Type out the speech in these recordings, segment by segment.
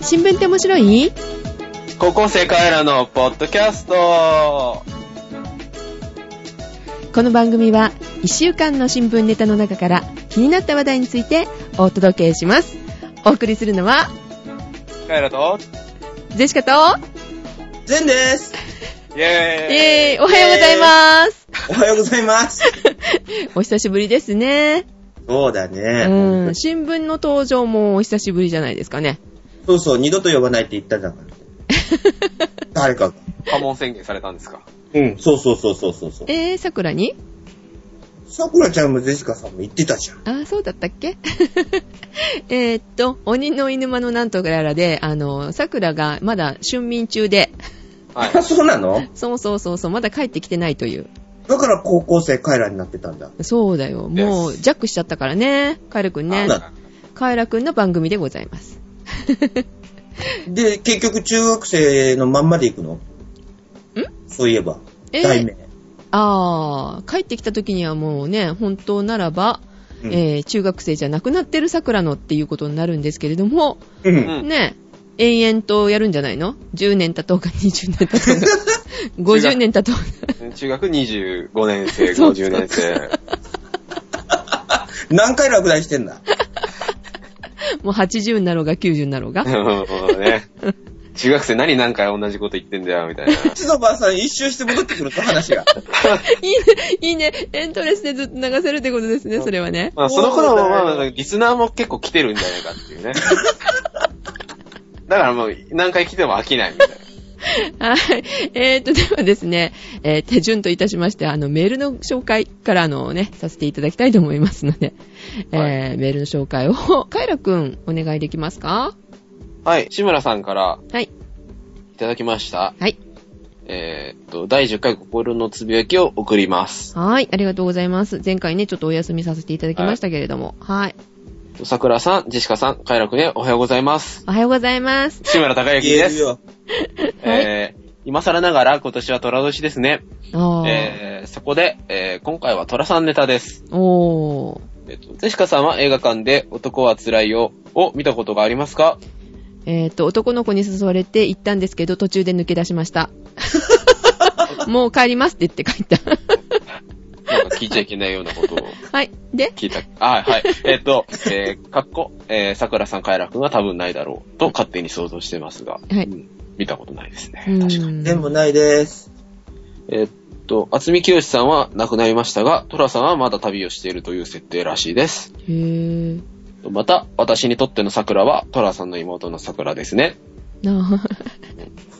新聞って面白い高校生彼らのポッドキャストこの番組は1週間の新聞ネタの中から気になった話題についてお届けします。お送りするのは彼らと、ジェシカと、ゼンですイェーイイェーイおはようございます。おはようございます。お久しぶりですね。そうだね。うん。新聞の登場もお久しぶりじゃないですかね。そうそう、二度と呼ばないって言った んだから。誰かが。破門宣言されたんですかうん、そうそうそうそうそうそう。えー、桜にさくらちゃんもゼシカさんも言ってたじゃん。あー、そうだったっけ えーっと、鬼の犬間のなんとかやらで、あの、桜がまだ春眠中で、はい。あ、そうなのそうそうそうそう、まだ帰ってきてないという。だから高校生カイラになってたんだ。そうだよ。もう、ですジャックしちゃったからね。カエラくんねあ。だカエラくんの番組でございます。で、結局中学生のまんまで行くのんそういえば。えー題名。あー、帰ってきた時にはもうね、本当ならば、うんえー中学生じゃなくなってる桜野っていうことになるんですけれども、う。うんん。ね、延々とやるんじゃないの ?10 年経とうか、20年経とうか、50年経とうか。中学25年生、そうそう50年生。何回落第してんだもう80になろうが90になろうが。うん ね。中学生何何回同じこと言ってんだよ、みたいな。ちのばあさん一周して戻ってくると話が。いいね、 いいね。エントレスでずっと流せるってことですね、それはね。まあ、その頃は、まあ、リスナーも結構来てるんじゃないかっていう ね。だからもう、何回来ても飽きないみたいな。はい。えーと、ではですね、えー手順といたしまして、あの、メールの紹介から、あのね、させていただきたいと思いますので、えーはメールの紹介を、 カイラくん、お願いできますかはい。志村さんからはい。いただきました。はい。えーっと、第10回心のつぶやきを送ります。はい。ありがとうございます。前回ね、ちょっとお休みさせていただきましたけれども、はい。桜さん、ジェシカさん、カイラくんへおはようございます。おはようございます。志村隆之言えでるす。よ。えー、今更ながら今年は虎年ですね。あー。えー、そこで、えー、今回は虎さんネタです。おー。えっと、ゼシカさんは映画館で男は辛いよを見たことがありますかえーと、男の子に誘われて行ったんですけど、途中で抜け出しま した。もう帰りますって言って帰った。なんか聞いちゃいけないようなことをはい。で、聞いた。 あ、はい。えっと、えー、かっこ、えー、桜さん、カエラくんは多分ないだろうと勝手に想像してますが、はいうん見たことないですね。うん確かに。全部ないです。 えっと、厚み清さんは亡くなりましたが、トラさんはまだ旅をしているという設定らしいです。へー。また、私にとっての桜は、トラさんの妹の桜ですね。な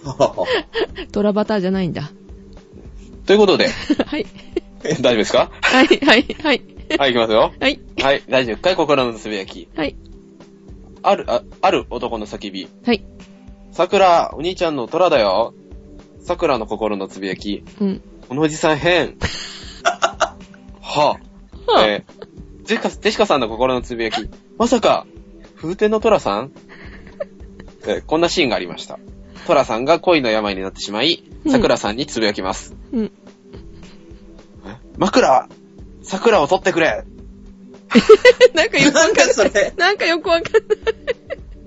あ。はトラバターじゃないんだ。ということで、 はい。大丈夫ですかはい、はい、はい。はい、行きますよ。はい。はい、第10回心のつぶやき。はい。ある、あある男の叫び。はい。桜、お兄ちゃんの虎だよ。桜の心のつぶやき。うん。このおじさん変。はぁ、はえージェシカ、ジェシカさんの心のつぶやき。まさか、風天の虎さん、えーこんなシーンがありました。虎さんが恋の病になってしまい、桜さんにつぶやきます。うん。枕桜を取ってくれ なんかよくわかなんんなかい。それ。なんかよくわかんない。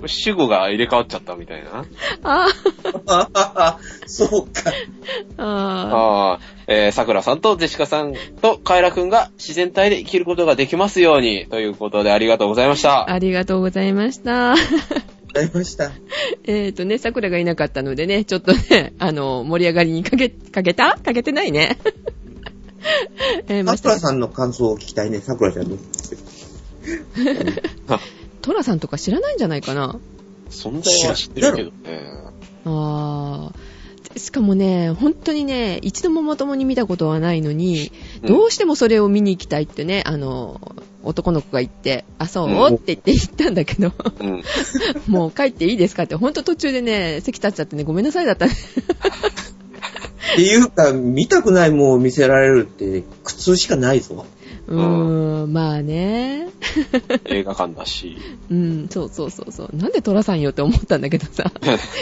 主語が入れ替わっちゃったみたいな。あははそうか。あ。ああ。ああ、えー、桜さんとジェシカさんとカエラくんが自然体で生きることができますように、ということでありがとうございました。ありがとうございました。 わかりました。えっとね、桜がいなかったのでね、ちょっとね、あの、盛り上がりにかけ、かけたかけてないね。 えー、まさしくらた。さんの感想を聞きたいね、さくらちゃんの。トラさんとか知らないんじゃないかな。存在は知ってるけどね。ああ。しかもね、本当にね、一度もまともに見たことはないのに、うんどうしてもそれを見に行きたいってね、あの、男の子が言って、あ、そう、うんって言って行ったんだけど、 うん。もう帰っていいですかって、ほんと途中でね、席立っちゃってね、ごめんなさいだ ったね。っていうか、見たくないものを見せられるって、苦痛しかないぞ。うーん、まあね。 映画館だし。うん、そうそうそうそう。なんで寅さんよって思ったんだけど さ、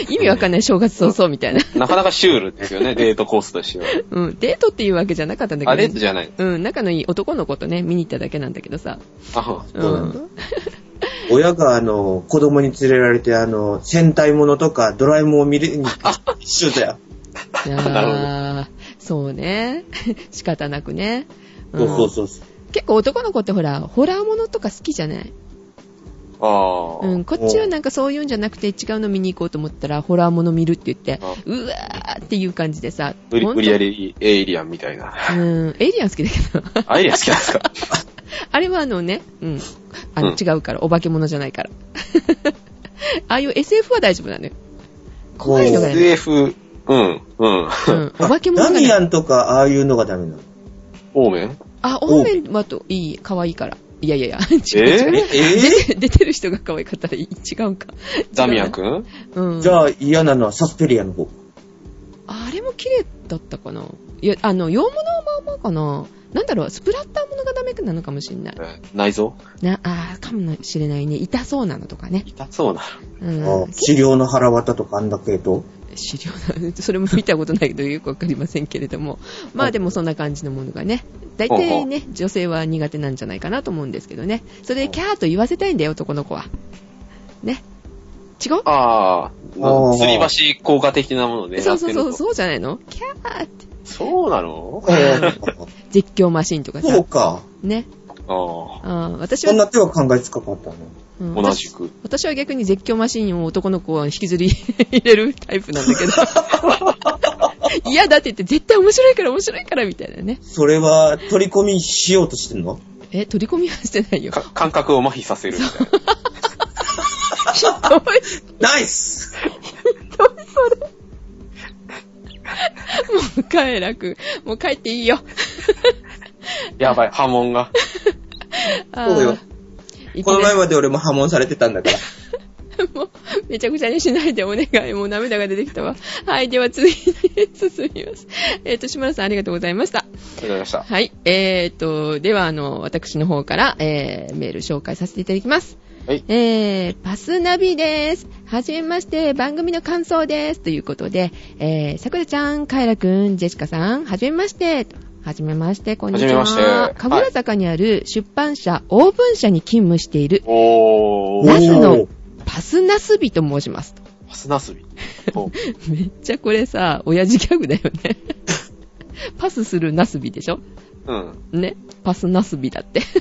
意味わかんない正月早々みたいな。なかなかシュールで すよね、デートコースとしては。うん、デートっていうわけじゃなかったんだけど、あ、デートじゃない。うん、仲のいい男の子とね、見に行っただけなんだけどさ。あ、そうなんだ。親があの、子供に連れられて、あの、戦隊ものとかドラえもんを 見るに一緒だよ。いやー、そうね。 仕方なくね。うそんうそうそうそう。結構男の子ってほら、ホラーものとか好きじゃないああ。うん、こっちはなんかそういうんじゃなくて違うの見に行こうと思ったら、ホラーもの見るって言ってあ、うわーっていう感じでさ、無理、ほんと無理や。りエイリアンみたいな。うん、エイリアン好きだけど、 あエイリアン好きなんですかあれはあのね、うん、あのうん違うから、お化け物じゃないから。 ああいう SF は大丈夫なのよ。怖いのがね、 ?SF、うん、うん。うん、お化け物がダねミアンとか、ああいうのがダメなの。オーメンあ、オーメンはといい、可愛いから。いやいやいや、違う違う。え出てえ出てる人が可愛かったらいい違うんか。ザミアンくんうん。じゃあ嫌なのはサスペリアの方。あれも綺麗だったかな。いや、あの、洋物はまあまあかな。なんだろう、スプラッターものがダメなのかもしれない。内臓な、あーかもしれないね。痛そうなのとかね。痛そうな。うんあ。治療の腹渡とかあんだけど。資料な、それも見たことないけど、よくわかりませんけれども。まあでもそんな感じのものがね。大体ね、女性は苦手なんじゃないかなと思うんですけどね。それでキャーと言わせたいんだよ、男の子は。ね。違うああ、あー吊り橋効果的なものでそやうってそうるそう、と。そうじゃないのキャーって。そうなの絶叫マシンとかそうさ。か。ね。ああー私そはん、な手は考えつかなかったね。うんあ、同じく。私は逆に絶叫マシンを男の子は引きずり入れるタイプなんだけ ど。嫌だって言って絶対面白いから面白いからみたいなね。それは取り込みしようとしてんのえ、取り込みはしてない よ。か感覚を麻痺させるみたいな。ひどい、ひナイスどいそれ。もう帰らく。もう帰っていいよ。 やばい、波紋が。あー そうよ。いこのけな前いまで俺も破門されてたん だから。もう、めちゃくちゃにしないでお願い。もう涙が出てきた わ。はい、では次に進みます。えっ、と、島田さんありがとうございました。わかりました。はい。えー、と、では、あの、私の方から、えー、メール紹介させていただきます。はいえー、パスナビです。はじめまして、番組の感想です。ということで、えー、さくらちゃん、カエラくん、ジェシカさん、はじめまして。はじめまして、こんにちは。はじめまして神楽坂にある出版社、オープン社に勤務している、おナー。スのおーパスナスビと申します。 ハスナスビ。おめっちゃこれさ、親父ギャグだよね。 パスするナスビでしょうん。ね、パスナスビだって。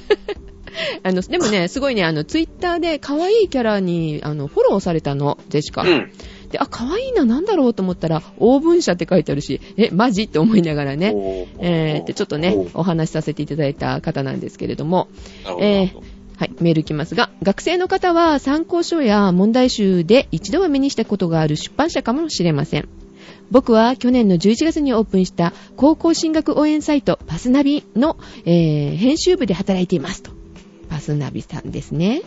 あの、でもね、すごいね、あの、ツイッターで可愛いキャラに、あの、フォローされたの、ジェシカ。うん。で、あ、可愛いな、なんだろうと思ったら、オーブン社って書いてあるし、え、マジって思いながらね、おー。えー、ってちょっとねおう、お話しさせていただいた方なんですけれども、なるほどえーはい、メールいきますが、学生の方は参考書や問題集で一度は目にしたことがある出版社かもしれません。僕は去年の11月にオープンした高校進学応援サイトパスナビの、えー編集部で働いていますと。パスナビさんですね。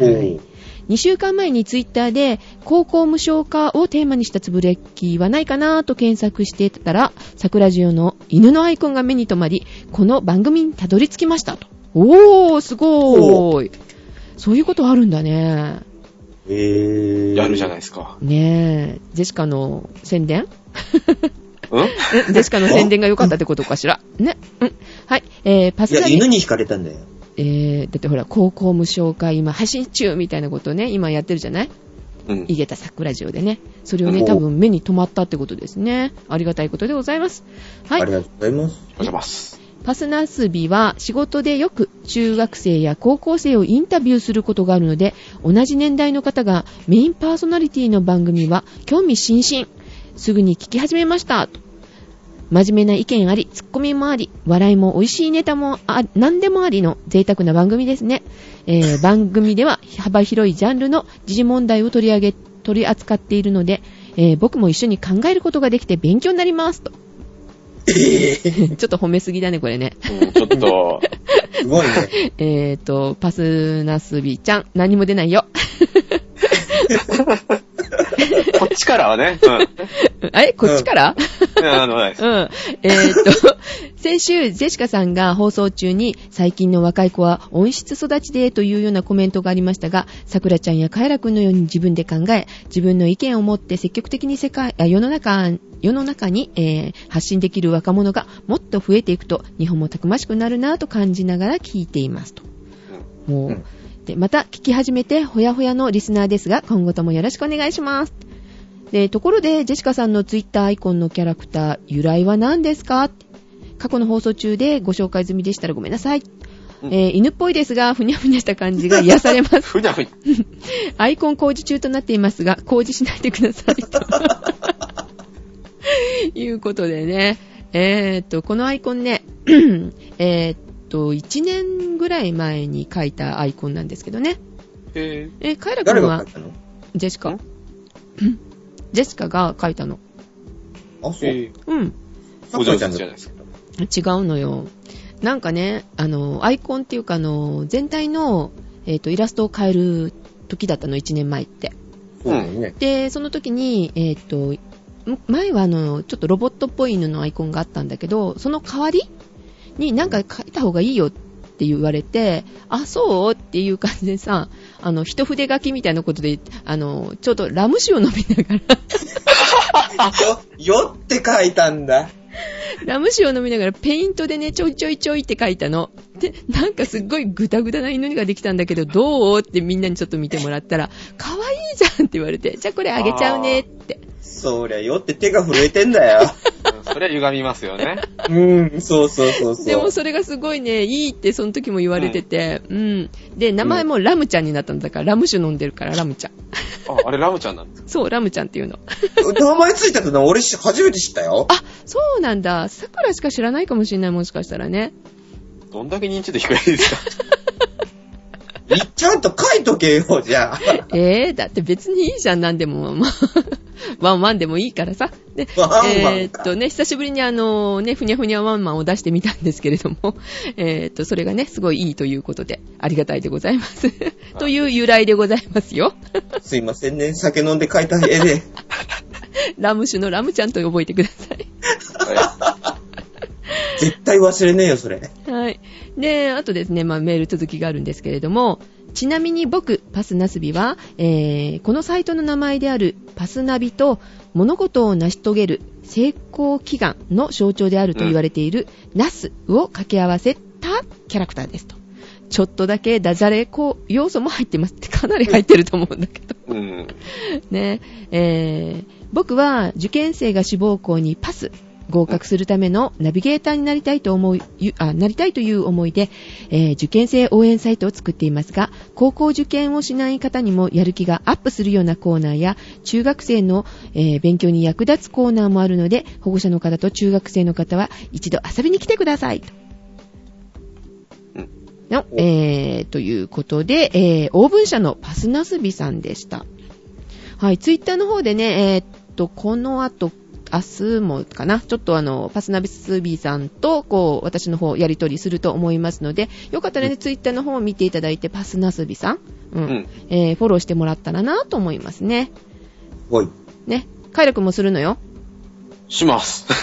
おー2週間前にツイッターで高校無償化をテーマにしたつぶれきはないかなと検索してたら桜ジオの犬のアイコンが目に留まりこの番組にたどり着きましたとおーすごーいそういうことあるんだねえー。やるじゃないい。ですか。ねえジェシカの宣伝 うんえジェシカの宣伝が良かったってことかしらねうんはいえー、パいスや、ナビ犬に惹かれたんだよ。えー、だってほら高校無償化今配信中みたいなことをね今やってるじゃないうん。井桁桜城でね、それをね、お多分目に留まったってことですね。ありがたいことでございます。はあいり。がとうございます。お邪魔します。パスナスビは仕事でよく中学生や高校生をインタビューすることがあるので、同じ年代の方がメインパーソナリティの番組は興味津々。すぐに聞き始めました。と真面目な意見あり、ツッコミもあり、笑いも美味しいネタもあ、何でもありの贅沢な番組ですね。えー番組では幅広いジャンルの時事問題を取り上げ、取り扱っているので、えー僕も一緒に考えることができて勉強になります。と。 ちょっと褒めすぎだね、これね。うん、ちょっと、 すごい ね。えーと、パスナスビちゃん、何も出ないよ。 こっちからはね、うん。あれこっちから、うんあの、ないですうん。えーっと、 先週、ジェシカさんが放送中に、最近の若い子は温室育ちでというようなコメントがありましたが、さくらちゃんやカエラくんのように自分で考え、自分の意見を持って積極的に世界、あ世の中、世の中に、えー発信できる若者がもっと増えていくと、日本もたくましくなるなぁと感じながら聞いていますと。うもう、うんで、また聞き始めてほやほやのリスナーですが、今後ともよろしくお願いします。で、ところで、ジェシカさんのツイッターアイコンのキャラクター、由来は何ですか過去の放送中でご紹介済みでしたらごめんなさい。うんえー犬っぽいですが、ふにゃふにゃした感じが癒されます。ふにゃふにゃ。アイコン工事中となっていますが、工事しないでください。 ということでね、えーっと、このアイコン ね、えーっと、1年ぐらい前に書いたアイコンなんですけどね。へえーカイラ誰君が書、はいたのジェシカん。ジェシカが書いたの。あ、ぇ、そう。えうん。ー、お上手じゃないですか。違うのよ。なんかね、あの、アイコンっていうか、あの、全体の、えーっと、イラストを変える時だったの、1年前って。そうだよね。で、その時に、えーっと、む前はあの、ちょっとロボットっぽい犬のアイコンがあったんだけど、その代わりになんか書いた方がいいよって言われて、あ、そうっていう感じでさ、あの、一筆書きみたいなことで、あの、ちょうどラム酒を飲みながら、 よ、よって書いたんだ。ラム酒を飲みながらペイントでね、ちょいちょいちょいって書いたの。で、なんかすっごいグダグダな犬ができたんだけど、どうってみんなにちょっと見てもらったら、かわいいじゃんって言われて、じゃあこれあげちゃうねって。そりゃ、よって手が震えてん だよ。うんそれは歪みますよね。うん、そうそうそうそう。でもそれがすごいね、いいってその時も言われてて、うん。で、名前もラムちゃんになったんだから、ラム酒飲んでるからラムちゃん。あ、あれラムちゃんなんですかそう、ラムちゃんっていうの。名前ついたの俺し初めて知ったよ。あ、そうなんだ。桜しか知らないかもしれない、もしかしたらね。どんだけ認知度低いですかちゃんと書いとけよ、じゃあ。えー、だって別にいいじゃん、なんでも。まあ ワンワンでもいいからさ。で、ワンワンかえーっとね、久しぶりにあの、ね、ふにゃふにゃワンマンを出してみたんですけれども、 えーっと、それがね、すごいいいということで、ありがたいでございます。 という由来でございますよ。すいませんね、酒飲んで書いた絵で。ラム酒のラムちゃんと覚えてください。は絶対忘れねえよ、それ。はい。で、あとですね、まあ、メール続きがあるんですけれども、ちなみに僕、パスナスビは、えーこのサイトの名前であるパスナビと、物事を成し遂げる成功祈願の象徴であると言われている、ナスを掛け合わせたキャラクターですと。ちょっとだけダジャレこう要素も入ってますって、かなり入ってると思うんだけど。い。うん。 ねえー僕は受験生が志望校にパス合格するためのナビゲーターになりたいと思い、ゆあなりたいという思いで、えー受験生応援サイトを作っていますが、高校受験をしない方にもやる気がアップするようなコーナーや、中学生の、えー勉強に役立つコーナーもあるので、保護者の方と中学生の方は一度遊びに来てください。とうんの、えーということで、えー、オーブン社のパスナスビさんでした。はい、ツイッターの方でね、えーっと、この後、明日もかな、ちょっとあの、パスナビスビーさんと、こう、私の方、やりとりすると思いますので、よかったらね、ツイッターの方を見ていただいて、パスナスビさん、うん、うんえーフォローしてもらったらなと思いますね。おい。ね。カイラ君もするのよ。します。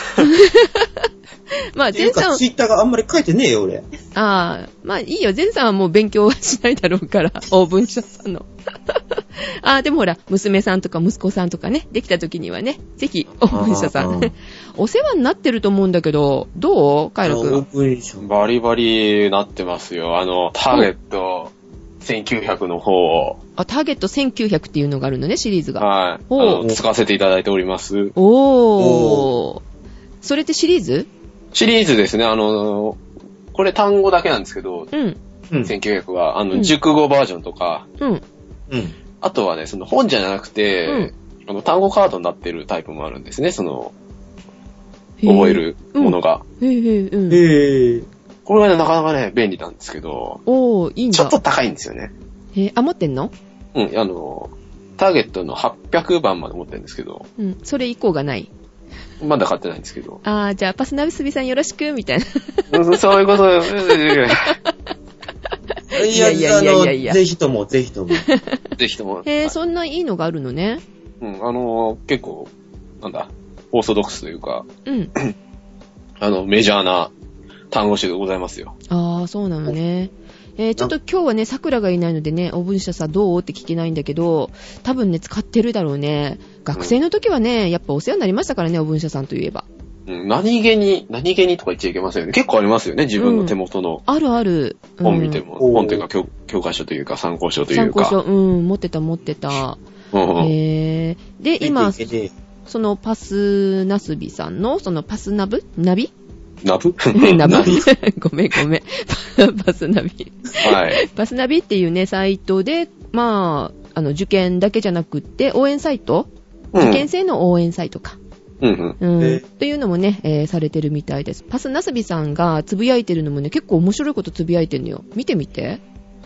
まあ、てゼいうンさんか、、ツイッターがあんまり書いてねえよ、俺。ああ、まあいいよ、ゼンさんはもう勉強はしないだろうから、 オーブン社さんの。 ああ、でもほら、娘さんとか息子さんとかね、できた時にはね、ぜひ、オーブン社さあんー。 お世話になってると思うんだけど、どうカイロオー君。プンション。バリバリなってますよ。あの、ターゲット1900の方を、あ、ターゲット1900っていうのがあるのね、シリーズが。はい。あほうの、使わせていただいております。おー。それってシリーズシリーズですね、あの、これ単語だけなんですけど、うん。うん。 1900は、あうの、ん熟語バージョンとか、うん。うん。あとはね、その本じゃなくて、あの、単語カードになってるタイプもあるんですね、その、へー覚えるもの。が。うんへーへーうん。へえ。これがね、なかなかね、便利なんですけど、おー、いいんちょだっと。高いんですよね。へーあ、持ってんのうん、あの、ターゲットの800番まで持ってるんですけど、うん。それ以降がない。。まだ買ってないんですけど あー、じゃあ、パスナビスビさんよろしく、みたいな。うんそういうこと。 いやいやいやいやいやあのぜひとも、ぜひとも。ぜひとも。へー、そんないいのがあるのね。うん、あの、結構、なんだ、オーソドックスというか、うん。あの、メジャーな単語集でございますよ。ああ、そうなのね。えーちょっと今日はね、桜がいないのでね、オブン社さんどうって聞けないんだけど、多分ね、使ってるだろうね。学生の時はね、やっぱお世話になりましたからね、オブン社さんといえば。うん何気に、何気にとか言っちゃいけませんよね。結構ありますよね、自分の手元のあるある。うん本見ても。うん本というか教、教科書というか、参考書とい参う考書、か。うん、持ってた持ってた。うんうんえー、で、 今、ででそのパスナスビさんの、そのパスナブナビ ナブ ナブ ごめんごめん。 パスナビ。はい。パスナビっていうね、サイトで、まあ、あの、受験だけじゃなくって、応援サイト、うん受験生の応援サイトか。うんうん。うん。えというのもね、えーされてるみたいです。パスナスビさんがつぶやいてるのもね、結構面白いことつぶやいてるのよ。見てみて。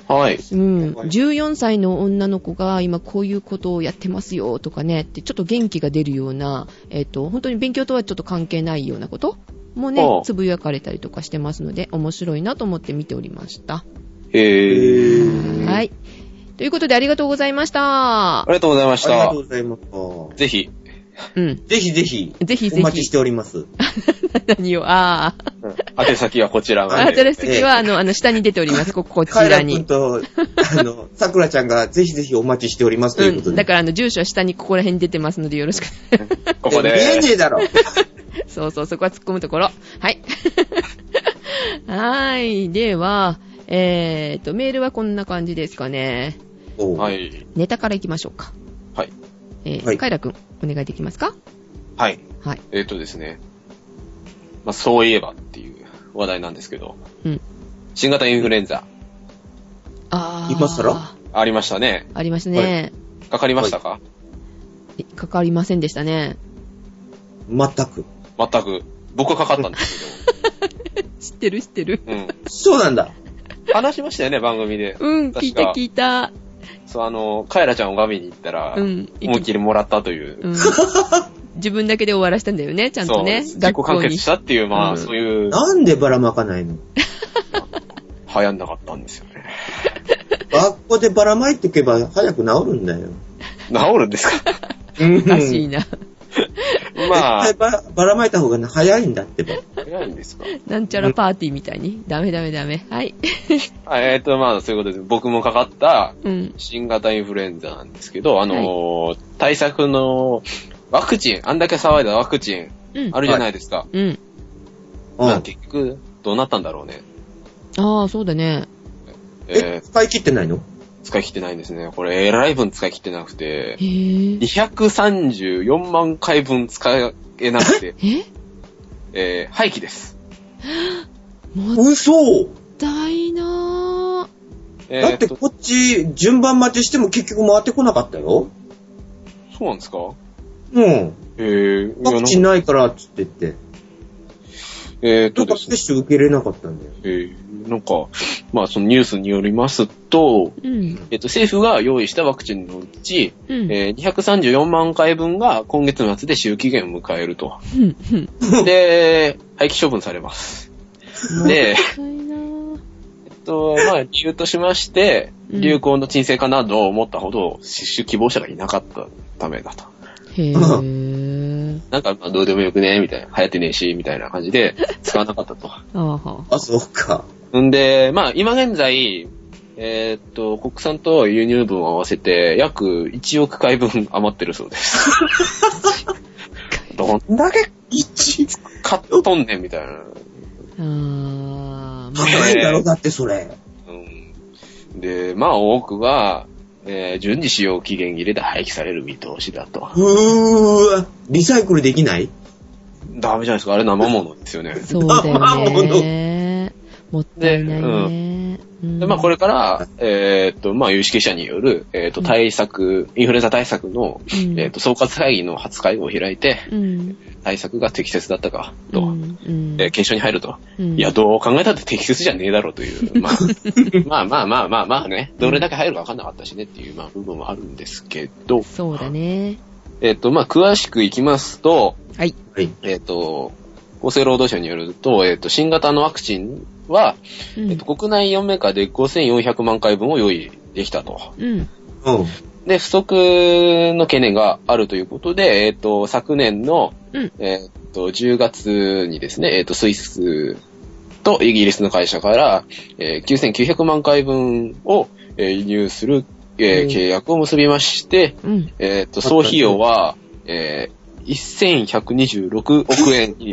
はい。うん。はい14歳の女の子が今こういうことをやってますよとかね、ってちょっと元気が出るような、えっ、と、本当に勉強とはちょっと関係ないようなこともねあ、あつぶやかれたりとかしてますので、面白いなと思って見ておりました。ええー。ーはあい。ということでありがとうございましたあり。がとうございましりがたとう。ございます。ぜひ、うん。 ぜひぜひ、ぜひおぜ待ちしひ。てお ります。何を、ああ。宛先はこちらあ、まアドで。レス的は、あの、あの、下に出ております。こ、こちカイらラ君に。と、あの、桜ちゃんがぜひぜひお待ちしておりますということうで。ん。だから、あの、住所は下にここら辺に出てますので、よろ しく。ここで。見えねえだ ろ。そうそう、そこは突っ込むところ。はい。 はーい。では、えーと、メールはこんな感じですかね。おうはい。ネタからいきましょうか。はい。えー、はいカイラくん、お願いできますかはい。はい。えっ、とですね。まあ、そういえばっていう話題なんですけど。うん新型インフルエンザ、あー。今更ありましたね。ありましたね、かかりましたか、えかかりませんでしたね。全く。全く。僕はかかった んですけ知ってる知ってる。ど。うん。そうなんだ。話しましたよね、番組で。うん、聞い確たか聞いた。そう、あの、カエラちゃんを拝みに行ったら、うん。思いっきりもらったという。 うん自分だけで終わらしたんだよね、ちゃんそとう、ね。自己学完校に結し。たっていう、まあ、うんそういう、流なんでばらま かないの行んなかったんですよね。学校でばらまいておけば早く治るんだよ。治るんですか おかしいな。まあ絶対、ばばらまいた方が早いんだってば。早いんですか なんちゃらパーティーみたいに。ダメダメダメ。はい。あえっ、と、まあ、そういうことです。僕もかかったうん。新型インフルエンザなんですけど、あのー対策のワクチン、あんだけ騒いだワクチン、うんあ。るじゃないですか。うん。まうあん。結局、どうなったんだろうね。ああ、そうだね。ええ、ー使い切ってないの使い切ってないんですね。これ、えらい分使い切ってなくへて、え。 234万回分使えな くて、ええー廃棄です。もっ嘘たいなーえだーってとこっち順番待ちしても結局回ってこなかったよ。そうなんですかうん。えー、ワクチンいやないからっつって言って。なんかえーととかで接すね、種受けれなかったんだよ。えーなんか、まあそのニュースによりますと、うん。えっと、政府が用意したワクチンのうち、うん。えー234万回分が今月末で終期限を迎える と。うんうん。で、廃棄処分されます。 で、 もったいなーえっと、まあ、理由としまして、うん流行の沈静化などを思ったほど、接種希望者がいなかったためだと。へ え。なんか、まあ、どうでもよくね、みたいな。流行ってねえし、みたいな感 じで、使わなかったと。ああは。あ、そうか。んで、まあ、今現在、えーっと、国産と輸入分を合わせて、約1億回分余ってるそうです。 どんだけ一買っとんねん、みたいな。 ああ、まあ、高いだろ、だってそれ。うん、で、まあ、多くは、えー順次使用期限切れで廃棄される見通しだと。うーわ。リサイクルできないダメじゃないですか、あれ生物ですよね。そうだまあまあよねー。もったいないねでー。うんで、まあ、これから、えーっと、まあ、有識者による、えーっと、対策、インフルエンザ対策の、うんえーっと、総括会議の初会合を開いて、うん。対策が適切だったか、と。うんうんえー検証に入ると。うんいや、どう考えたって適切じゃねえだろうと いう。まあ、まあまあまあまあまあね。どれだけ入るか分かんなかったしねっていう、まあ、部分はあるんですけど。そうだね。えっ、と、まあ、詳しくいきますと、はい。はい。えっ、と、厚生労働省によると、えっ、と、新型のワクチンは、うんえっ、と、国内4メーカーで5400万回分を用意できたと。うん。うん。で、不足の懸念があるということで、えっ、と、昨年の、うんえっ、と、10月にですね、えっ、と、スイスとイギリスの会社から、えー9900万回分を、えー輸入する、えーうん契約を結びまして、うん。えっ、と、総費用は、えー1126億円に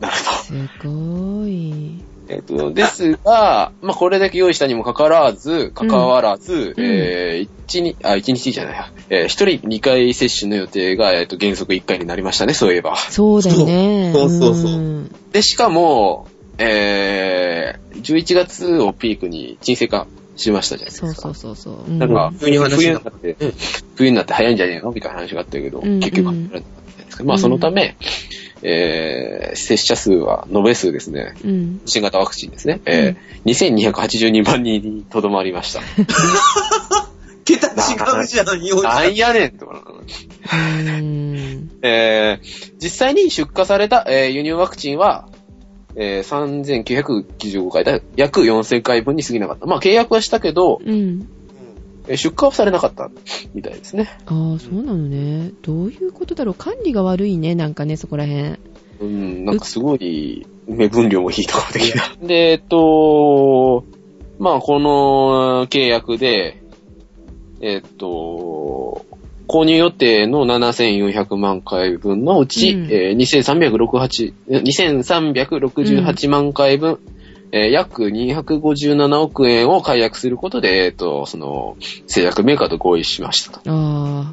なると。すごい。えっと、ですが、まあ、これだけ用意したにもかかわらず、かかわらず、うんえー、一日、あ、一日じゃないや、えー、一人二回接種の予定が、えっ、と、原則一回になりましたね、そういえば。そうだよね。そうそうそうそうんで、しかも、えー、11月をピークに沈静化しましたじゃないですそか。うそうそうそう。なんか、急に話冬にがなってうん、冬になって早いんじゃねえのみたいな話があったけど、うんうん結局はならなかったじゃないですか。まあ、そのため、えー、接種者数は、延べ数ですね。うん。新型ワクチンですね。えー、2282万人にとどまりました。桁違うじゃん、用意なしんやねんってことなの。うん。えー、実際に出荷された、えー輸入ワクチンは、えー、3995回だ、約4000回分に過ぎなかった。まあ契約はしたけど、うん。えー出荷はされなかったみたいですね。ああ、そうなのね。どういうことだろう。管理が悪いね、なんかね、そこら辺。うん、なんかすごい、目分量もいいところ的な。 で、えっと、まあこの契約で、えっと、購入予定の7400万回分のうち、うんえー2368え2368万回分、えー約257億円を解約することで、えっと、その、製薬メーカーと合意しましたと。あ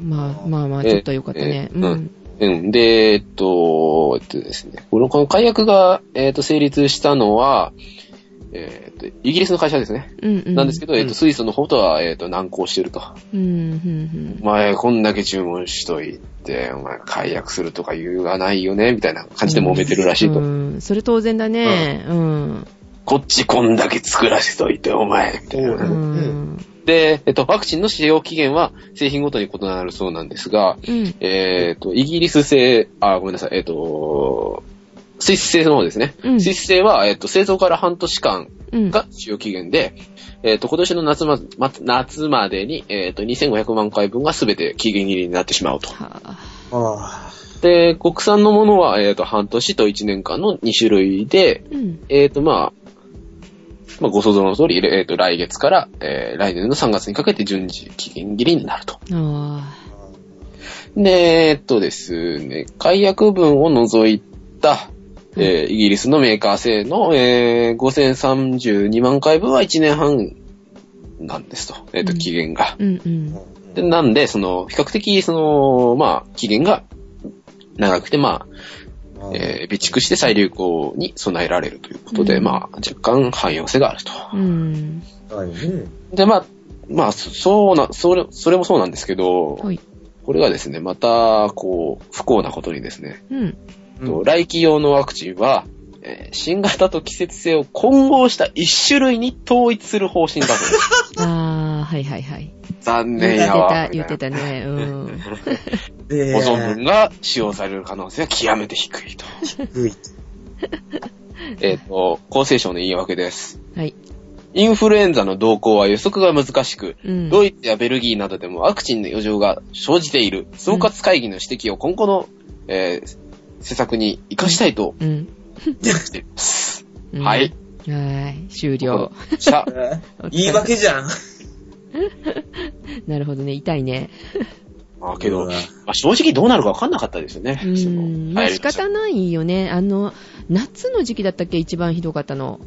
あ、まあまあまあ、ちょっとよかったね。えうーん。うん。で、えっと、えっとですね、このこの解約が、えっと、成立したのは、えっと、イギリスの会社ですね。うんうん。なんですけど、えっうんと、スイスの方とは、えっと、難航してると。うん、うん、お前、こんだけ注文しといて、お前、解約するとか言わないよね、みたいな感じで揉めてるらしういと。ん。うん。それ当然だね。うん。こっちこんだけ作らせといて、お前、みたいな。ううんん。で、えっと、ワクチンの使用期限は製品ごとに異なるそうなんですが、うん。えっと、イギリス製、あ、ごめんなさい、えっと、スイス製の方ですね。うんスイス製は、えっと、製造から半年間うん。が使用期限で、えっと、今年の夏ま、ま夏までに、えっと、2500万回分が全て期限切れになってしまうと。はあた。ああで、国産のものは、えっ、と、半年と1年間の2種類で、うん。えっ、と、まあ、まあ、ご想像の通り、えっ、と、来月から、えー来年の3月にかけて順次期限切りになると。ああ。で、えっとですね、解約分を除いた、えーイギリスのメーカー製の、えー5032万回分は1年半なんですと。えっ、と、うん期限が。うん、うん。でなんで、その、比較的、その、まあ、期限が長くて、まあ、えー備蓄して再流行に備えられるということで、うんまあ、若干汎用性があると。うん。はいね。で、まあ、まあ、そそうな、それ、それもそうなんですけど、はい。これがですね、また、こう、不幸なことにですね、うん。と来期用のワクチンは、えー新型と季節性を混合した一種類に統一する方 針だと。ああ、はいはいはい。言残っ念てやた、わ。み言ったていなたね。うん。で保存分が使用される可能性は極めて低 いと。低いえっと、厚生省の言い訳です。はい。インフルエンザの動向は予測が難しく、うん。ドイツやベルギーなどでもワクチンの余剰が生じている、総括会議の指摘を今後の、えー施策に活かしたいと うん。しています。うんはい。。はーい。終了。し ゃ、言い訳じゃん。なるほどね。痛いね。まあけど、うわまあ、正直どうなるか分かんなかったですよね。うそのん。まあ流仕行り口方ないよね。あの、夏の時期だったっけ一番ひどかったの。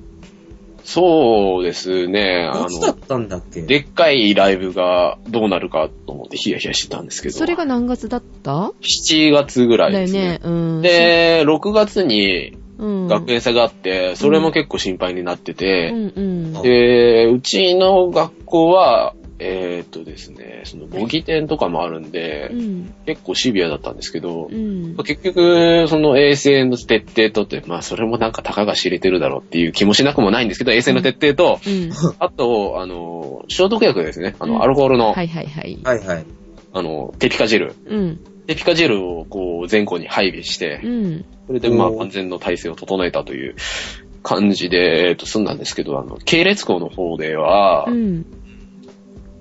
そうですね。あ夏だのっ、たんだっけでっかいライブがどうなるかと思ってヒヤヒヤしてたんですけど、それが何月だった7月ぐらいだでよすね。ね。うん。で、6月にうん、学園祭があって、それも結構心配になってて、うんうん。で、うちの学校は、えーっとですね、その模擬店とかもあるんで、うん。結構シビアだったんですけど、うん。結局、その衛生の徹底とって、まあそれもなんかたかが知れてるだろうっていう気もしなくもないんですけど、衛生の徹底と、うん。あと、あの、消毒薬ですね、あうんの、アルコールの、はいはいはい。はいはい。あの、テピカジェル。うん。テピカジェルをこう全校に配備しうて、ん。それでまあおー万全の体制を整えたという感じで、えーっと、済んだんですけど、あの、系列校の方ではう、ん。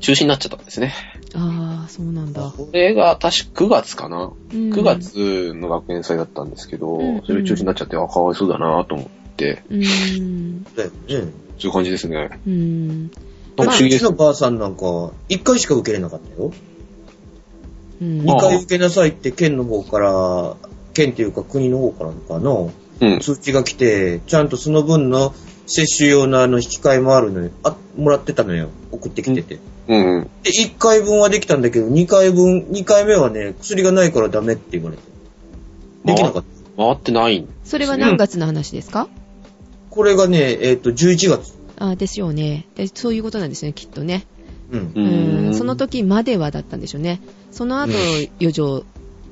中止になっちゃったんですね。ああ、そうなんだ。これが確か9月かな。うん9。月の学園祭だったんですけど、うんそれ中止になっちゃって、あ、かわいそうだなと思って、うん。だよね。そういう感じですね。うん。なんか不思議うでちす。のばあさんなんか、一回しか受けれなかったよ。うんあ2回受けなさいって県の方から、県っていうか国の方からかな、うん。通知が来て、ちゃんとその分の接種用のあの引き換えもあるのに、あ、もらってたのよ。送ってきてて。うん。で、1回分はできたんだけど、2回分、2回目はね、薬がないからダメって言われて。できなかった。回ってないんそれは何月の話ですか、これがね、えっ、と、11月。あですよねで。そういうことなんですね、きっとね。うん。ううんん。その時まではだったんでしょうね。その後うん、余剰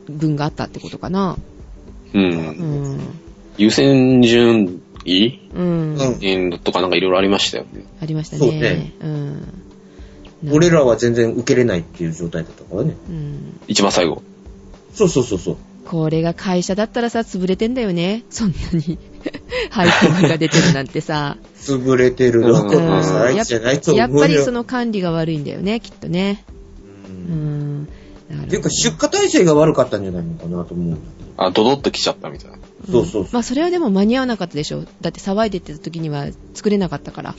分があったってことかな。う。うんん。優先順位うん。うんとかなんかいろいろありましたよね。ありましたね。そうねうん。俺らは全然受けれないっていう状態だったからね。うん。一番最後。そうそうそうそう。これが会社だったらさ、潰れてんだよね。そんなに。 配布が出てるなんて さ。潰れてるどうこんろか、あいやつじゃないとっやっ思ぱうりそよ。の管理が悪いんだよね、きっとね。ううんん。なるほどていうか、出荷体制が悪かったんじゃないのかなと思うんだあ、ドドッと来ちゃったみたいな。けど。そうそうそう。まあそれはでも間に合わなかったでしょ。だって騒いでってた時には作れなかったから。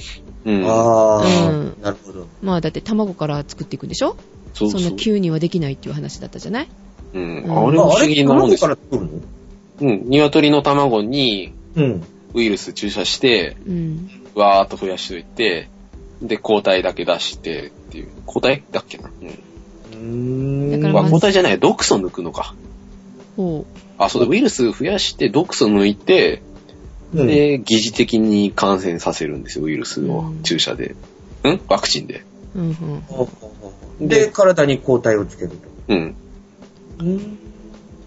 うん。ああ、うんなるほど。まあだって卵から作っていくんでしょそそんな9人はできないっていう話だったじゃないうん。うんあれあも不あ思れ議なもんで卵すかよ。ら作るのうん。鶏の卵にうん。ウイルス注射して、うん。わーっと増やしといて、で、抗体だけ出してっていう。抗体だっけなうん。うーんだからあまず抗体じゃない、毒素抜くのか。ほあ、そうだ、ウイルス増やして毒素抜いて、うんで、疑似的に感染させるんですよ、ウイルスをうん注射で。うんワクチンで。う。うんうん。ほうほうほうで、体に抗体をつけると。うん。うん。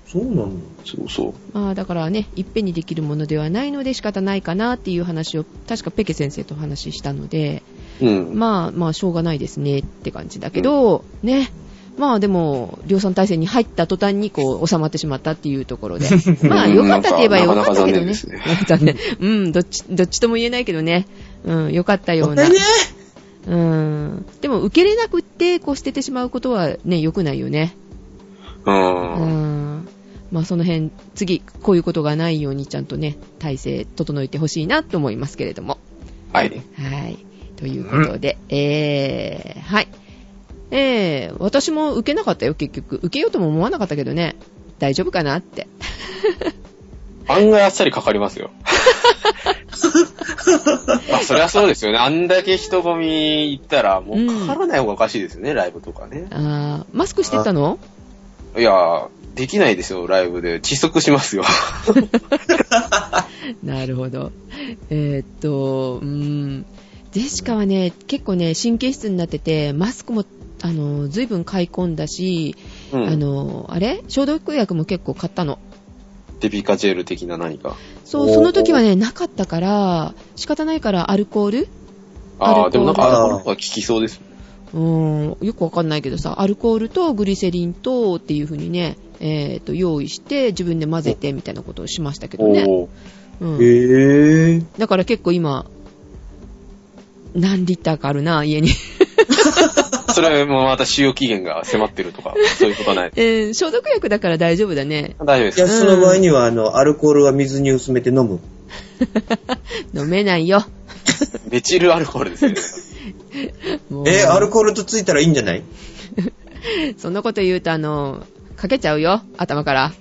そうなんだ。そうそう。まあだからね、いっぺんにできるものではないので仕方ないかなっていう話を、確かペケ先生とお話ししたので、うん。まあまあしょうがないですねって感じだけど、ね。まあでも、量産体制に入った途端にこう収まってしまったっていうところ で。まあ良かったと言えば良かったけどねなかなか残念です。 ねなんかねうん、どっち、どっちとも言えないけどね。うん、良かったような。ねうん。でも受けれなくって、こう捨ててしまうことはね、良くないよね。う。うんん。まあその辺、次、こういうことがないようにちゃんとね、体制整えてほしいなと思いますけれども。はい。はい。ということで、えー、はい。えー、私も受けなかったよ、結局。受けようとも思わなかったけどね。大丈夫かなって。案外あっさりかかりますよ。まあ、そりゃそうですよね。あんだけ人混み行ったら、もうかからない方がおかしいですよね、ライブとかね。あーマスクしてたのいやー、できないですよ、ライブで。窒息しますよ。なるほど。えーっと、うーん。ジェシカはね、結構ね、神経質になってて、マスクも、あの、随分買い込んだし、うん。あの、あれ消毒薬も結構買ったの。デピカジェル的な何か。そおう、ーその時はね、なかったから、仕方ないからアルコールあアルコーあ、ルでもなんかアルコールとか効きそうです。うーん、よくわかんないけどさ、アルコールとグリセリンとっていう風にね、えーっと、用意して、自分で混ぜてみたいなことをしましたけどね。おーうんへぇだから結構今、何リッターかあるな、家に。 それもまた使用期限が迫ってるとか、そういうことはない。えー消毒薬だから大丈夫だね。大丈夫でいす。や、その場合には、あの、アルコールは水に薄めて飲む。飲めないよ。メチルアルコールですよね。もうえ、アルコールとついたらいいんじゃないそんなこと言うと、あの、かけちゃうよ。頭 から。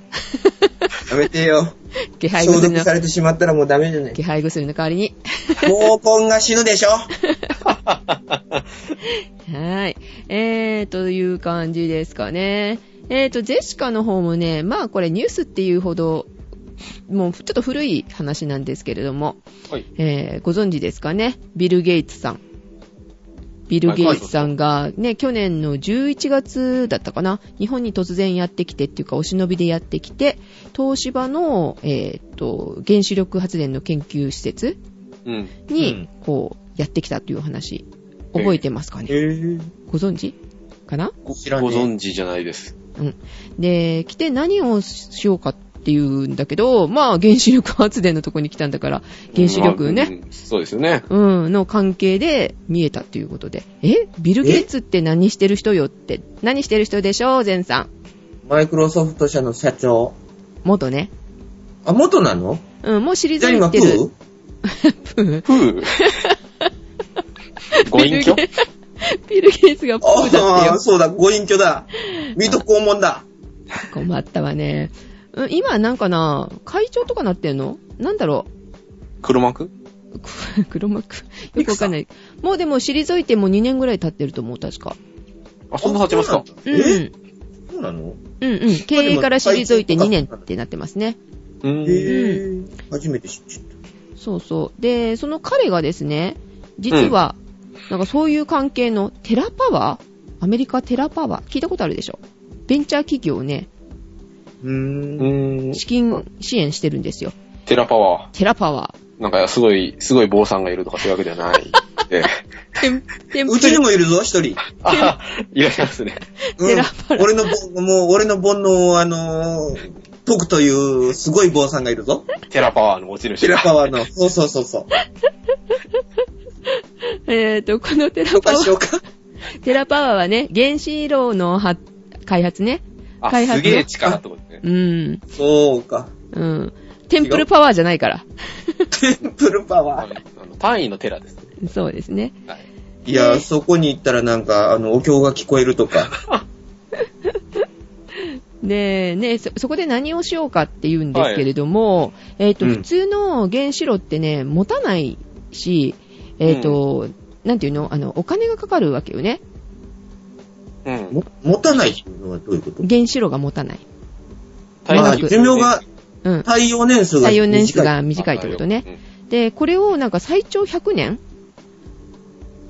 やめてよ。気配消薬毒のさ、れてしまったらもうダメじゃない。気配薬の代わりに。毛根が死ぬでしょはい。えー、という感じですかね。えーと、ジェシカの方もね、まあこれニュースっていうほど、もうちょっと古い話なんですけれども、はい。えーご存知ですかね。ビル・ゲイツさん。ビル・ゲイツさんがね、去年の11月だったかな、日本に突然やってきてっていうか、お忍びでやってきて、東芝の、えーっと、原子力発電の研究施設うん。に、こう、やってきたというお話、覚えてますかねぇご存知かなご知らねえご存知じゃないです。で、来て何をしようかっていうんだけど、まあ原子力発電のとこに来たんだから、原子力ね、うん。そうですよね。うん、の関係で見えたということで、えビル・ゲイツって何してる人よって、何してる人でしょう、ゼンさん。マイクロソフト社の社長。元ね。あ、元なのうん、もう退じゃあ今、いてプる。ー ふ ぅ。ご隠居ビル・ゲイツがプーだって ああ、よ。そうだ、ご隠居だ。水戸黄門だ。困ったわね。うん今なんかな、会長とかなってんのなんだろ黒幕うく 黒幕。よくわかんない。もうでも退いてもう2年ぐらい経ってると思う、確か。あ、そんな経ちますかうえんうん。そうなのうんうん。経営から退いて2年ってなってますね。うえーん。ー、初めて知っちゃった。そうそう。で、その彼がですね、実は、なんかそういう関係のテラパワーアメリカテラパワー聞いたことあるでしょベンチャー企業をね、うー。うんーん。資金支援してるんですよ。テラパワテラパワー。なんか、すごい、すごい坊さんがいるとかそういうわけじゃない。ええ。ー。テン、テンプうちにもいるぞ、一人。 あ、いらっしゃいますね。うんテラパラ俺のぼ、もう、俺の煩悩を、あのー、解くという、すごい坊さんがいるぞ。テラパワーの持ち主テがラ。パワーの。そうそうそうそう。えーと、このテラ紹パ介ワしーよう、か。テラパワーはね、原子炉の発開発ね。あ、開発すのげえ力ってことですね。うん。そうか。うん。テンプルパワーじゃないから。 テンプルパあワー。のあの単位のテラですね。そうですね。はい。いや、そこに行ったらなんか、あの、お経が聞こえるとか。で、ね、そ、そこで何をしようかって言うんですけれども、えっ、と、うん普通の原子炉ってね、持たないし、えっ、と、なんていうのあの、お金がかかるわけよね。うん。も持たないっていうのはどういうこと原子炉が持たない。単位まのあ、長く寿命が、うん。耐用年数が採短い。用年数が短いってことね。。で、これをなんか最長100年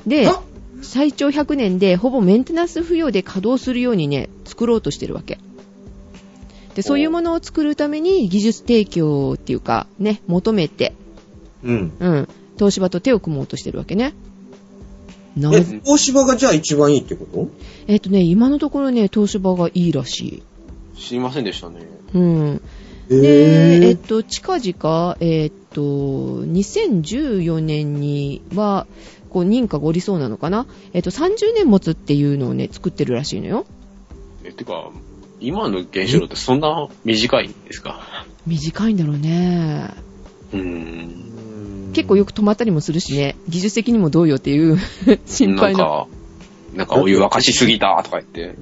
で、あ最長100年でほぼメンテナンス不要で稼働するようにね作ろうとしてるわけでそういうものを作るために技術提供っていうかね求めて、うん。うん、東芝と手を組もうとしてるわけねなえ、ぜ東芝がじゃあ一番いいってことえっとね今のところね東芝がいいらしうん知りませんでしたね。いうんへで、えっぇと、近々、えっと、2014年には、こう、認可がおりそうなのかなえっと、30年持つっていうのをね、作ってるらしいのよ。え、てか、今の原子炉ってそんな短いんですか短いんだろうね。うーん。結構よく止まったりもするしね、技術的にもどうよっていう 心配なな。んか、なんかお湯沸かしすぎたとか言って。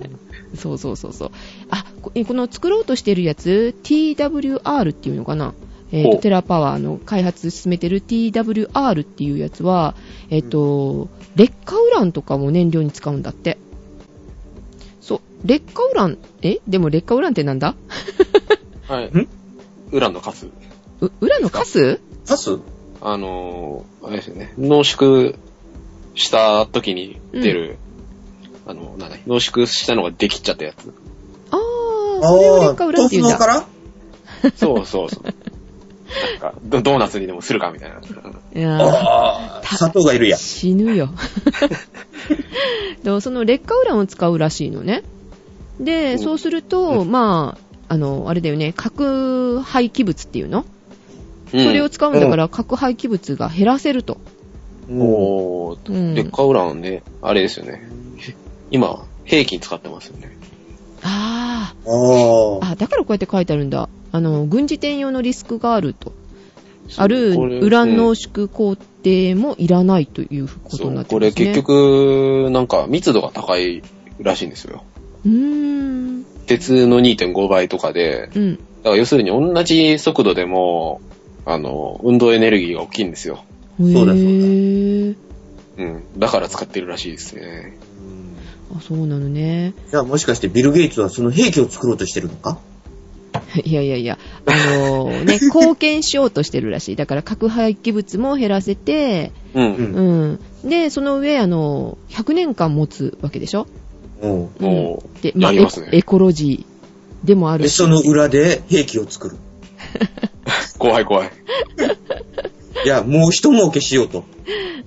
そうそうそうそう。あ、こえこの作ろうとしてるやつ、TWR っていうのかなえっ、と、ほうテラパワーの開発進めてる TWR っていうやつは、えっ、と、劣化ウランとかも燃料に使うんだって。そう。劣化ウラン、えでも劣化ウランってなんだはい。んウランのカス。う、ウランのカスパスあのー、あれですよね。濃縮した時に出る、あの、なんだい濃縮したのができちゃったやつ。ああー、それをあ劣化ウー、ランって豆腐言うんのだ。殻そうそうそう。なんかド、ドーナツにでもするかみたいな。いやーああ、砂糖がいるや。死ぬ よでもその劣化ウランを使うらしいのねでそうすると、まああのあれだよね核廃棄物っていうの、うんそれを使うんだから核廃棄物が減らせると、もおー、うん劣化ウランね、あれですよね。今、兵器に使ってますよね。あう。ああ。ああだからこうやって書いてあるんだあの軍事転用のリスクがあるとあるこれウランう濃ん縮工程もいらないということそになっう、てこますねれ結局、なんか密度が高いらしいんですよ。うーん鉄の2.5倍とかで、うんだから要するに同じ速度でも、あの、運動エネルギーが大きいんですよ。そうだそうだへーうん。だから使ってるらしいですね。あそうなのねじゃあもしかしてビル・ゲイツはその兵器を作ろうとしてるのか いやいやいや、あの ーね、貢献しようとしてるらしい。だから核廃棄物も減らせて、う。うん。うんん。で、その上、あのー、100年間持つわけでしょうんもうで、やりエますコねエコロジーでもあるで、しそ。の裏で兵器を作る。怖い怖い。いや、もう一儲けしようと。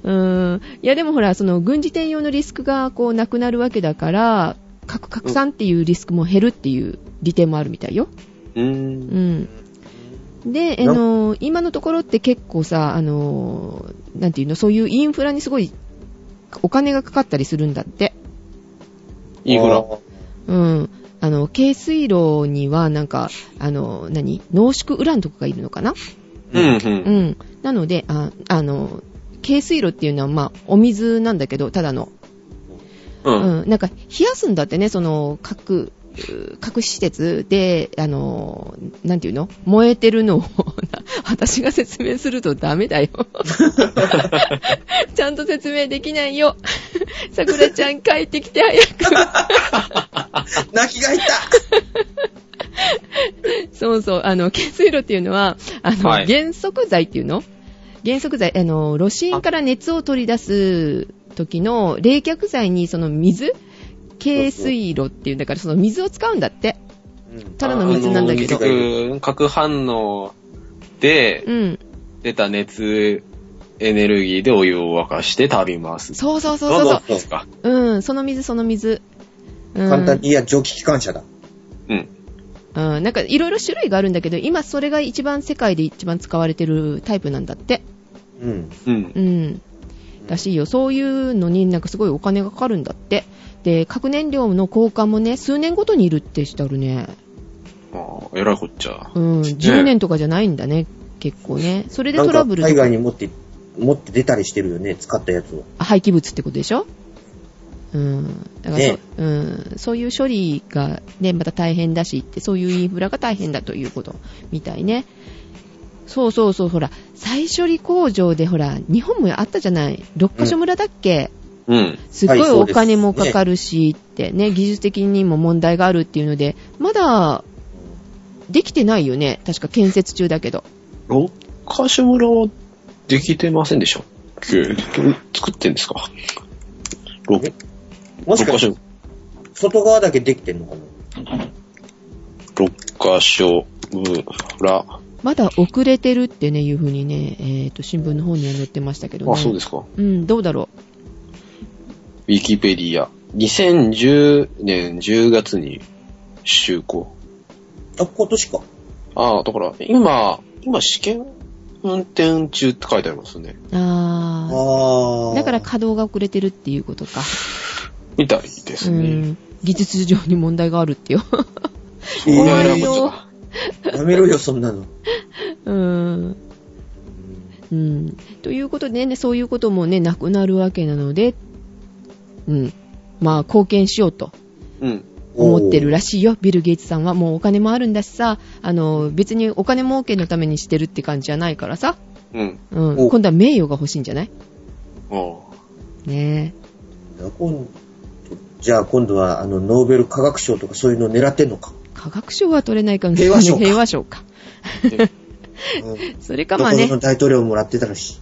うん。いや、でもほら、その軍事転用のリスクがこうなくなるわけだから、核拡散っていうリスクも減るっていう利点もあるみたいよ。うーん。うん。で、あなのー今のところって結構さ、あのーなんていうの、そういうインフラにすごいお金がかかったりするんだって。インフラ。うん。あの、軽水炉には、なんか、あの、何濃縮ウランとかがいるのかなううんん。う。うんん。なので、ああの、軽水炉っていうのは、まあ、お水なんだけど、ただの。う。うんん。なんか、冷やすんだってね、その、核、う核施設で、あの、なんていうの燃えてるのを、 私が説明するとダメ だよ。ちゃんと説明できないよ。桜ちゃん帰ってきて早く。泣きが入ったそうそう、あの、懸垂炉っていうのは、あの、はい減速剤っていうの減速剤、あの、炉心から熱を取り出す時の冷却剤にその水軽水炉っていうんだから、その水を使うんだって。うんただの水なんだけどあの結局、核反応でうん。出た熱、エネルギーでお湯を沸かして旅回す。そうそうそうどそううぞそそうですか。う。うん、その水、その水。うん、簡単に、いや、蒸気機関車だ。うん。うん、なんかいろいろ種類があるんだけど、今それが一番世界で一番使われてるタイプなんだって。うん。うん。うん。らしいよ。そういうのになんかすごいお金がかかるんだって。で、核燃料の交換もね、数年ごとにいるってしてあるね。ああ、えらいこっちゃ。うん、10年とかじゃないんだね、結構ね。それでなんトかラブル海外に持って、持って出たりしてるよね、使ったやつを。廃棄物ってことでしょうん。だからそ、ねうん、そういう処理がね、また大変だしって、そういうインフラが大変だということみたいね。そうそうそう、ほら、再処理工場でほら、日本もあったじゃない。六ヶ所村だっけ、うん。すっごはいいそおうです金もかかるしってね、技術的にも問題があるっていうので、まだ、できてないよね。確か建設中だけど。六ヶ所村はできてませんでしたっけ作ってんですか六えもし六かヶして所、外側だけできてんのかな六ヶ所村。まだ遅れてるってね、いうふうにね、えっ、と、新聞の方には載ってましたけどね。あ、そうですか。ウうん、どうだろィキペディア。2010年10月に就航。あ、今年か。ああ、だから、今、今試験運転中って書いてありますね。う。ああー。ー。だから稼働が遅れてるっていうことか。みたいですうね。ん。技術上に問題があるってよ。えいーろいろ怖いよなこやめろよ、そんなの。うん。うん。ということでね、そういうこともね、なくなるわけなので、うん。まあ、貢献しようと。とうん。思ってるららしいよ。ビル・ゲイツさんはもうお金もあるんだしさ、あの、別にお金儲けのためにしてるって感じじゃないからさ。うん。うん。お今度は名誉が欲しいんじゃないああ。ねじゃあ今度は、あの、ノーベル化学賞とかそういうの狙ってん のか。え。科学賞は取れないかも平和賞か平和賞か。 うん。それどかまこあねの、大統領もらってたらし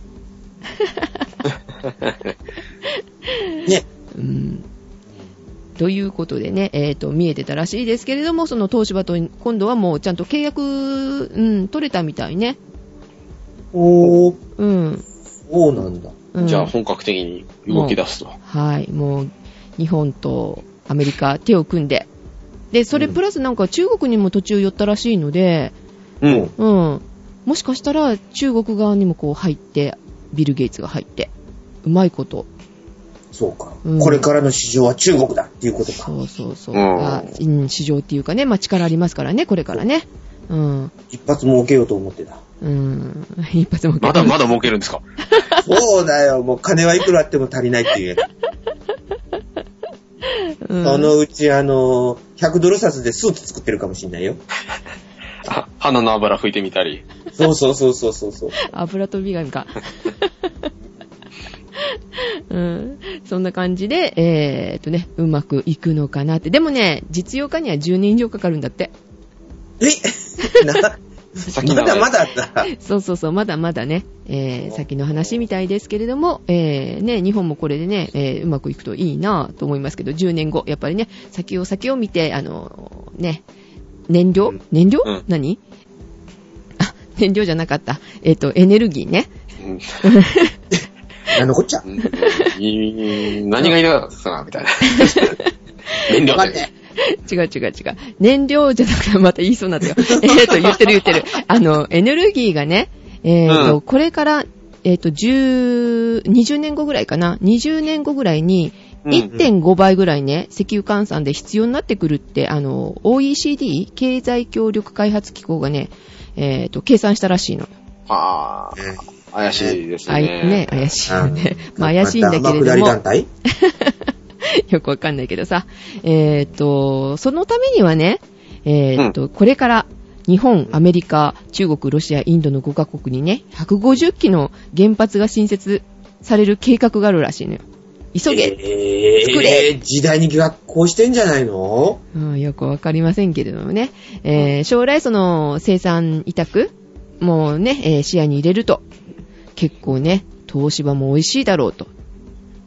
い。ね。うん。ということでね、えっ、と、見えてたらしいですけれども、その東芝と今度はもうちゃんと契約、うん、取れたみたいね。おー、うん。そうなんだ。うん、じゃあ本格的に動き出すと。はい、もう日本とアメリカ手を組んで。で、それプラスなんか中国にも途中寄ったらしいので、うん。うん。もしかしたら中国側にもこう入って、ビル・ゲイツが入って、うまいこと。そうか、うんこれからの市場は中国だっていうことか。そうそうそう。うんあうん、市場っていうかね、まあ力ありますからね、これからね。うん。一発儲けようと思ってた。うん。一発もまだまだ儲けるんですか そうだよ、もう金はいくらあっても足りないっていうやつ。うんそのうち、あの、100ドル札でスーツ作ってるかもしんないよ。あ鼻の油拭いてみたり。そうそうそうそうそうそう。油飛び 紙か。うん、そんな感じで、えー、っとね、うまくいくのかなって。でもね、実用化には10年以上かかるんだって。えな、先まだまだだ。そうそうそう、まだまだね、えー、お先の話みたいですけれども、えー、ね、日本もこれでね、えーうまくいくといいなぁと思いますけど、10年後、やっぱりね、先を先を見て、あのーね、燃料うん燃料、うん何あ、燃料じゃなかった。えーっ、と、エネルギーね。うんなのこっちゃ。うんいい何がいなかったかな、みたいな。燃料待っでて。。違う違う違う。燃料じゃなくて、また言いそうになったよ。えっと、言ってる言ってる。あの、エネルギーがね、えっ、と、うんこれから、えっ、と、10、20年後ぐらいかな。20年後ぐらいに、うんうん1.5倍ぐらいね、石油換算で必要になってくるって、あの、OECD? 経済協力開発機構がね、えっ、と、計算したらしいの。ああ、怪しいですあいね。ね、怪しいよね。うんまあ、怪しいんだけまたれ天下どりも。団体 よくわかんないけどさ。えーっと、そのためにはね、えーっと、これから、日本、アメリカ、中国、ロシア、インドの5カ国にね、150基の原発が新設される計画があるらしいのよ。急げ、えー、作れ時代に逆行してんじゃないのうん、よくわかりませんけれどもね、えー将来その生産委託もね、えー視野に入れると、結構ね、東芝も美味しいだろうと。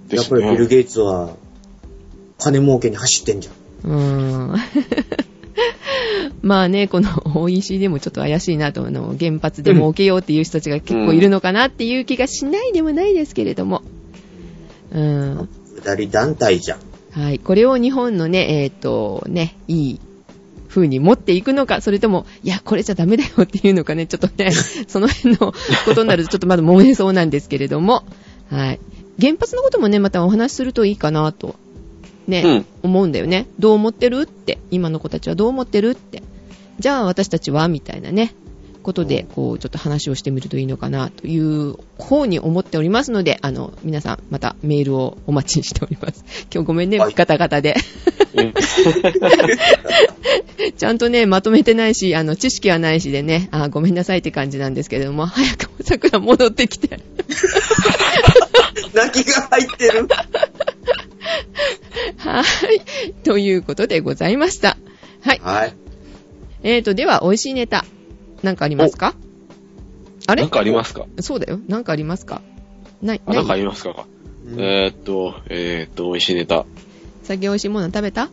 でやっすぱりビル・ね。ゲイツは、金儲けに走ってんじゃん。うーん。 まあね、この OEC でもちょっと怪しいなと、あの、原発で儲けようっていう人たちが結構いるのかなっていう気がしないでもないですけれども。うん。下り団体じゃん。はい。これを日本のね、えっ、と、ね、いい風に持っていくのか、それとも、いや、これじゃダメだよっていうのかね、ちょっと ね、その辺のことになるとちょっとまだ揉めそうなんですけれども、はい。原発のこともね、またお話しするといいかなと、ね、うん思うんだよね。どう思ってるって、今の子たちはどう思ってるって。じゃあ私たちはみたいなね、ことで、こう、ちょっと話をしてみるといいのかな、という方に思っておりますので、あの、皆さん、またメールをお待ちしております。 今日ごめんね、はいガタガタで。 うんちゃんとね、まとめてないし、あの、知識はないしでね、あーごめんなさいって感じなんですけれども、早くも桜戻ってきて。 泣きが入ってる。はーい。ということでございました。はい。はい。えーと、では、美味しいネタ。なんかありますかあなれんかありますかそうだよ。なんかありますかない、あなんかなあいりますかうんえーっと、えーっと、美味しいネタ。 最近美味しいもの食べた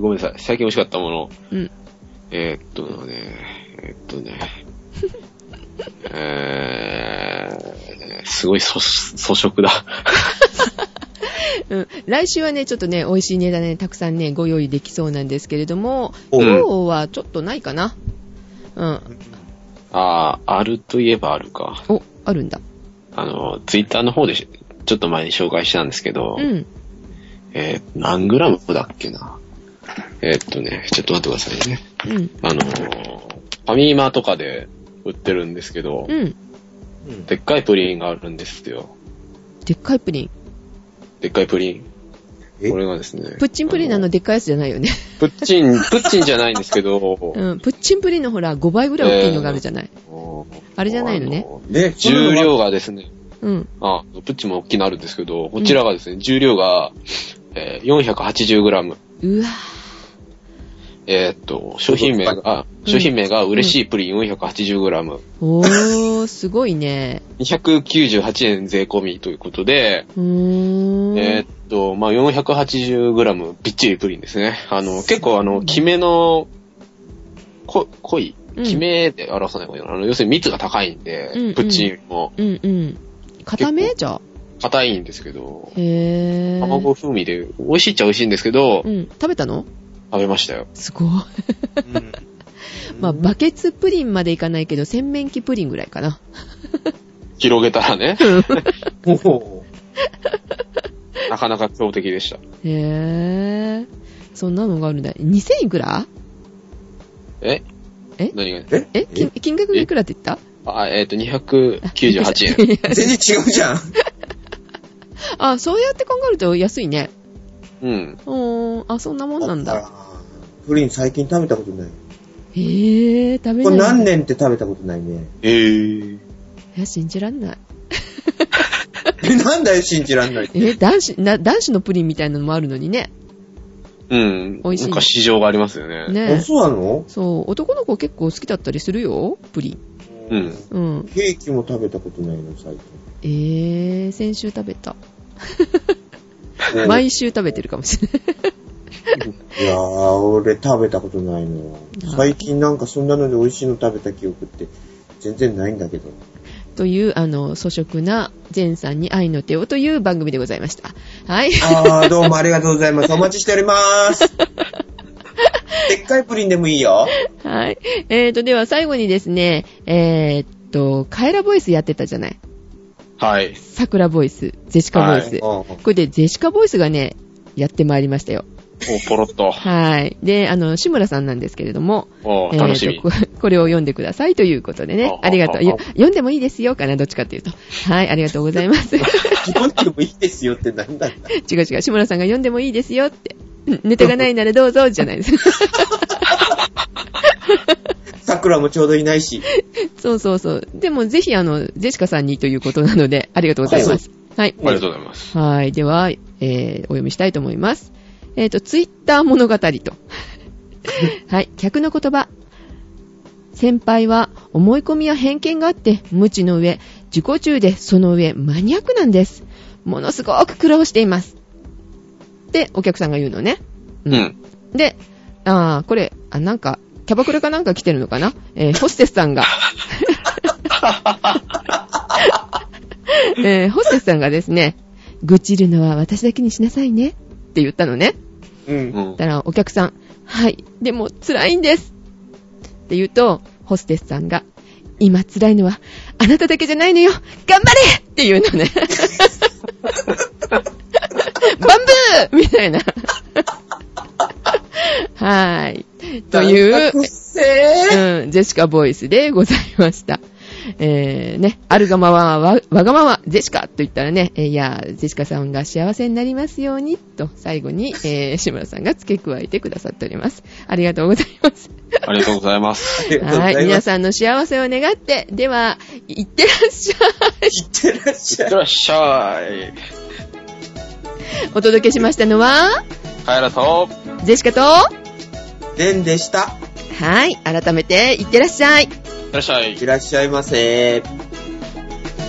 ごめんなさい。最近美味しかったもの。うん。えーっとね、えーっとね、えー、すごい粗粗食だ。うん。来週はね、ちょっとね、美味しいネタね、たくさんね、ご用意できそうなんですけれども、お今日はちょっとないかな。うん。あー、あるといえばあるか。お、あるんだ。あの、ツイッターの方でしちょっと前に紹介したんですけど、うん。えー何グラムだっけな。えーっとね、ちょっと待ってくださいね。うん。あのー、ファミマとかで売ってるんですけど、うん。うんでっかいプリンがあるんですよ。でっかいプリン。でっかいプリン。えこれがですね。プッチンプリンなのあでっかいやつじゃないよね。プッチン、プッチンじゃないんですけど、 うん。プッチンプリンのほら、5倍ぐらい大きいのがあるじゃない。あれじゃないのねあね、重量がですね、うん。あ、プッチンも大きいのあるんですけど、こちらがですね、重量が、えー 480g。うわえーっと、商品名が、あ商品名が嬉しいプリン 480g。ぁ。おー、すごいね。 298円税込みということで、うーん。えーっと、まあ、480g びっちりプリンですね。あの、結構あの、キメの、こ、濃い、うんキメで表さない方がいいのかな。あの、要するに密が高いんで、うんうんプッチンよりもうんうん。固めじゃあ。硬いんですけど、へぇー。卵風味で、美味しいっちゃ美味しいんですけど、うん。食べたの食べましたよ。すごい。うんまあ、バケツプリンまでいかないけど、洗面器プリンぐらいかな。広げたらね、もなかなか強敵でした。へぇー。そんなのがあるんだ。2000いくらええ何がうええ金金額いくらって言ったあ、えっ、と、298円。全然違うじゃん。あ、そうやって考えると安いね。うん。うーん。あ、そんなもんなんだ。あ。プリン最近食べたことない。へぇー、食べこないれんだ。何年って食べたことないね。えー。いや、信じらんない。えなんだよ、信じらんないって。え、男子、な、男子のプリンみたいなのもあるのにね。うん。美味しいなんか市場がありますよね。ねあ、そうなのそう、男の子結構好きだったりするよ、プリン。うん。うん。ケーキも食べたことないの、最えー、先週食べた。近。い毎週食べてるかもしれない。やー、俺食べたことないの。最近なんかそんなので美味しいの食べた記憶って全然ないんだけど。という、あの、素食な、ジェンさんに愛の手をという番組でございました。はい。あー、どうもありがとうございます。お待ちしており ます。でっかいプリンでもいいよ。はい。えーと、では最後にですね、えーっと、カエラボイスやってたじゃない。はい。サクラボイス、ゼシカボイス。こうれでゼシカボイスがね、やってまいりましたよ。お、ポロッと。はい。で、あの、志村さんなんですけれども、お、 えー楽しみ。とここれを読んでくださいということでね。あありがとあう。いやあ 読んでもいいですよかな、どっちかっていうと。はい、ありがとうございます。自分でもいいですよってなんなんだ。違う違う、志村さんが読んでもいいですよって。うんネタがないならどうぞ、じゃないです。桜もちょうどいないし。そうそうそう。でもぜひ、あの、ジェシカさんにということなので、ありがとうございます。はい。ありがとうございます。はい。では、えー、お読みしたいと思います。えっ、と、ツイッター物 語と。はい。客の言葉。先輩は思い込みや偏見があって、無知の上、自己中でその上、マニアックなんです。ものすごく苦労しています。って、お客さんが言うのね。う。ん。で、あー、これ、あ、なんか、キャバクラかなんか来てるのかなえーホステスさんが。えーホステスさんがですね、愚痴るのは私だけにしなさいねって言ったのね。う。うんんだ。からお客さん、はい、でも辛いんですって言うと、ホステスさんが、今辛いのはあなただけじゃないのよ頑張れって言うのね。バンブーみたいな。はい。という、うっせー。うん、ジェシカボイスでございました。えー、ね、あるがままわ、わがまま、ジェシカと言ったらね、えーいやー、ジェシカさんが幸せになりますように、と、最後に、 えー、志村さんが付け加えてくださっております。ありがとうございます。ありがとうございます。ありがとうごはざい、い皆ます。さんの幸せを願って、では、いってらっしゃい。いってらっしいゃっいて。らっしゃい。 お届けしましたのは、帰らと。ジェシカと、はでんでした。い、改めて、いってらっしゃい。いってらっしゃい。いらっしゃいませー。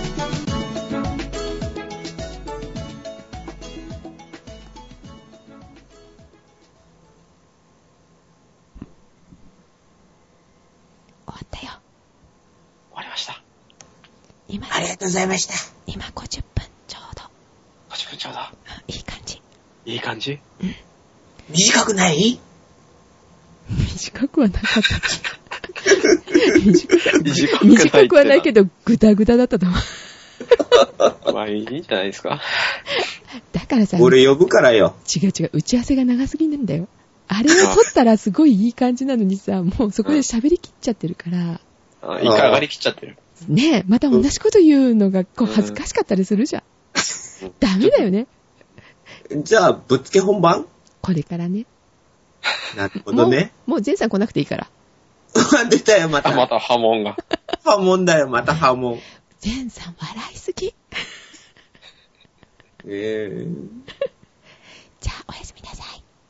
終わったよ。終わりました。今、ありがとうございました。今50分ちょうど。 50分ちょうだ。いい感じ。いい感じ短くない 短くはなかった。短く短く短くはないけど。 ど、ぐだぐだだったと思う。まあいいんじゃないですか。 だからさ、違う俺呼ぶからよ。違う、打ち合わせが長すぎなんだよ。あれを撮ったらすごいいい感じなのにさ、もうそこで喋りきっちゃってるから、あ一回上がりきっちゃってる。ねえ、また同じこと言うのが、こう、恥ずかしかったりするじゃん。ダメだよね。じゃあ、ぶっつけ本番これからね。なるほもどうね。、もう前さん来なくていいから。 出たよ、また。あ、また波紋が。波紋だよ、また波紋。 前さん笑いすぎ。えー、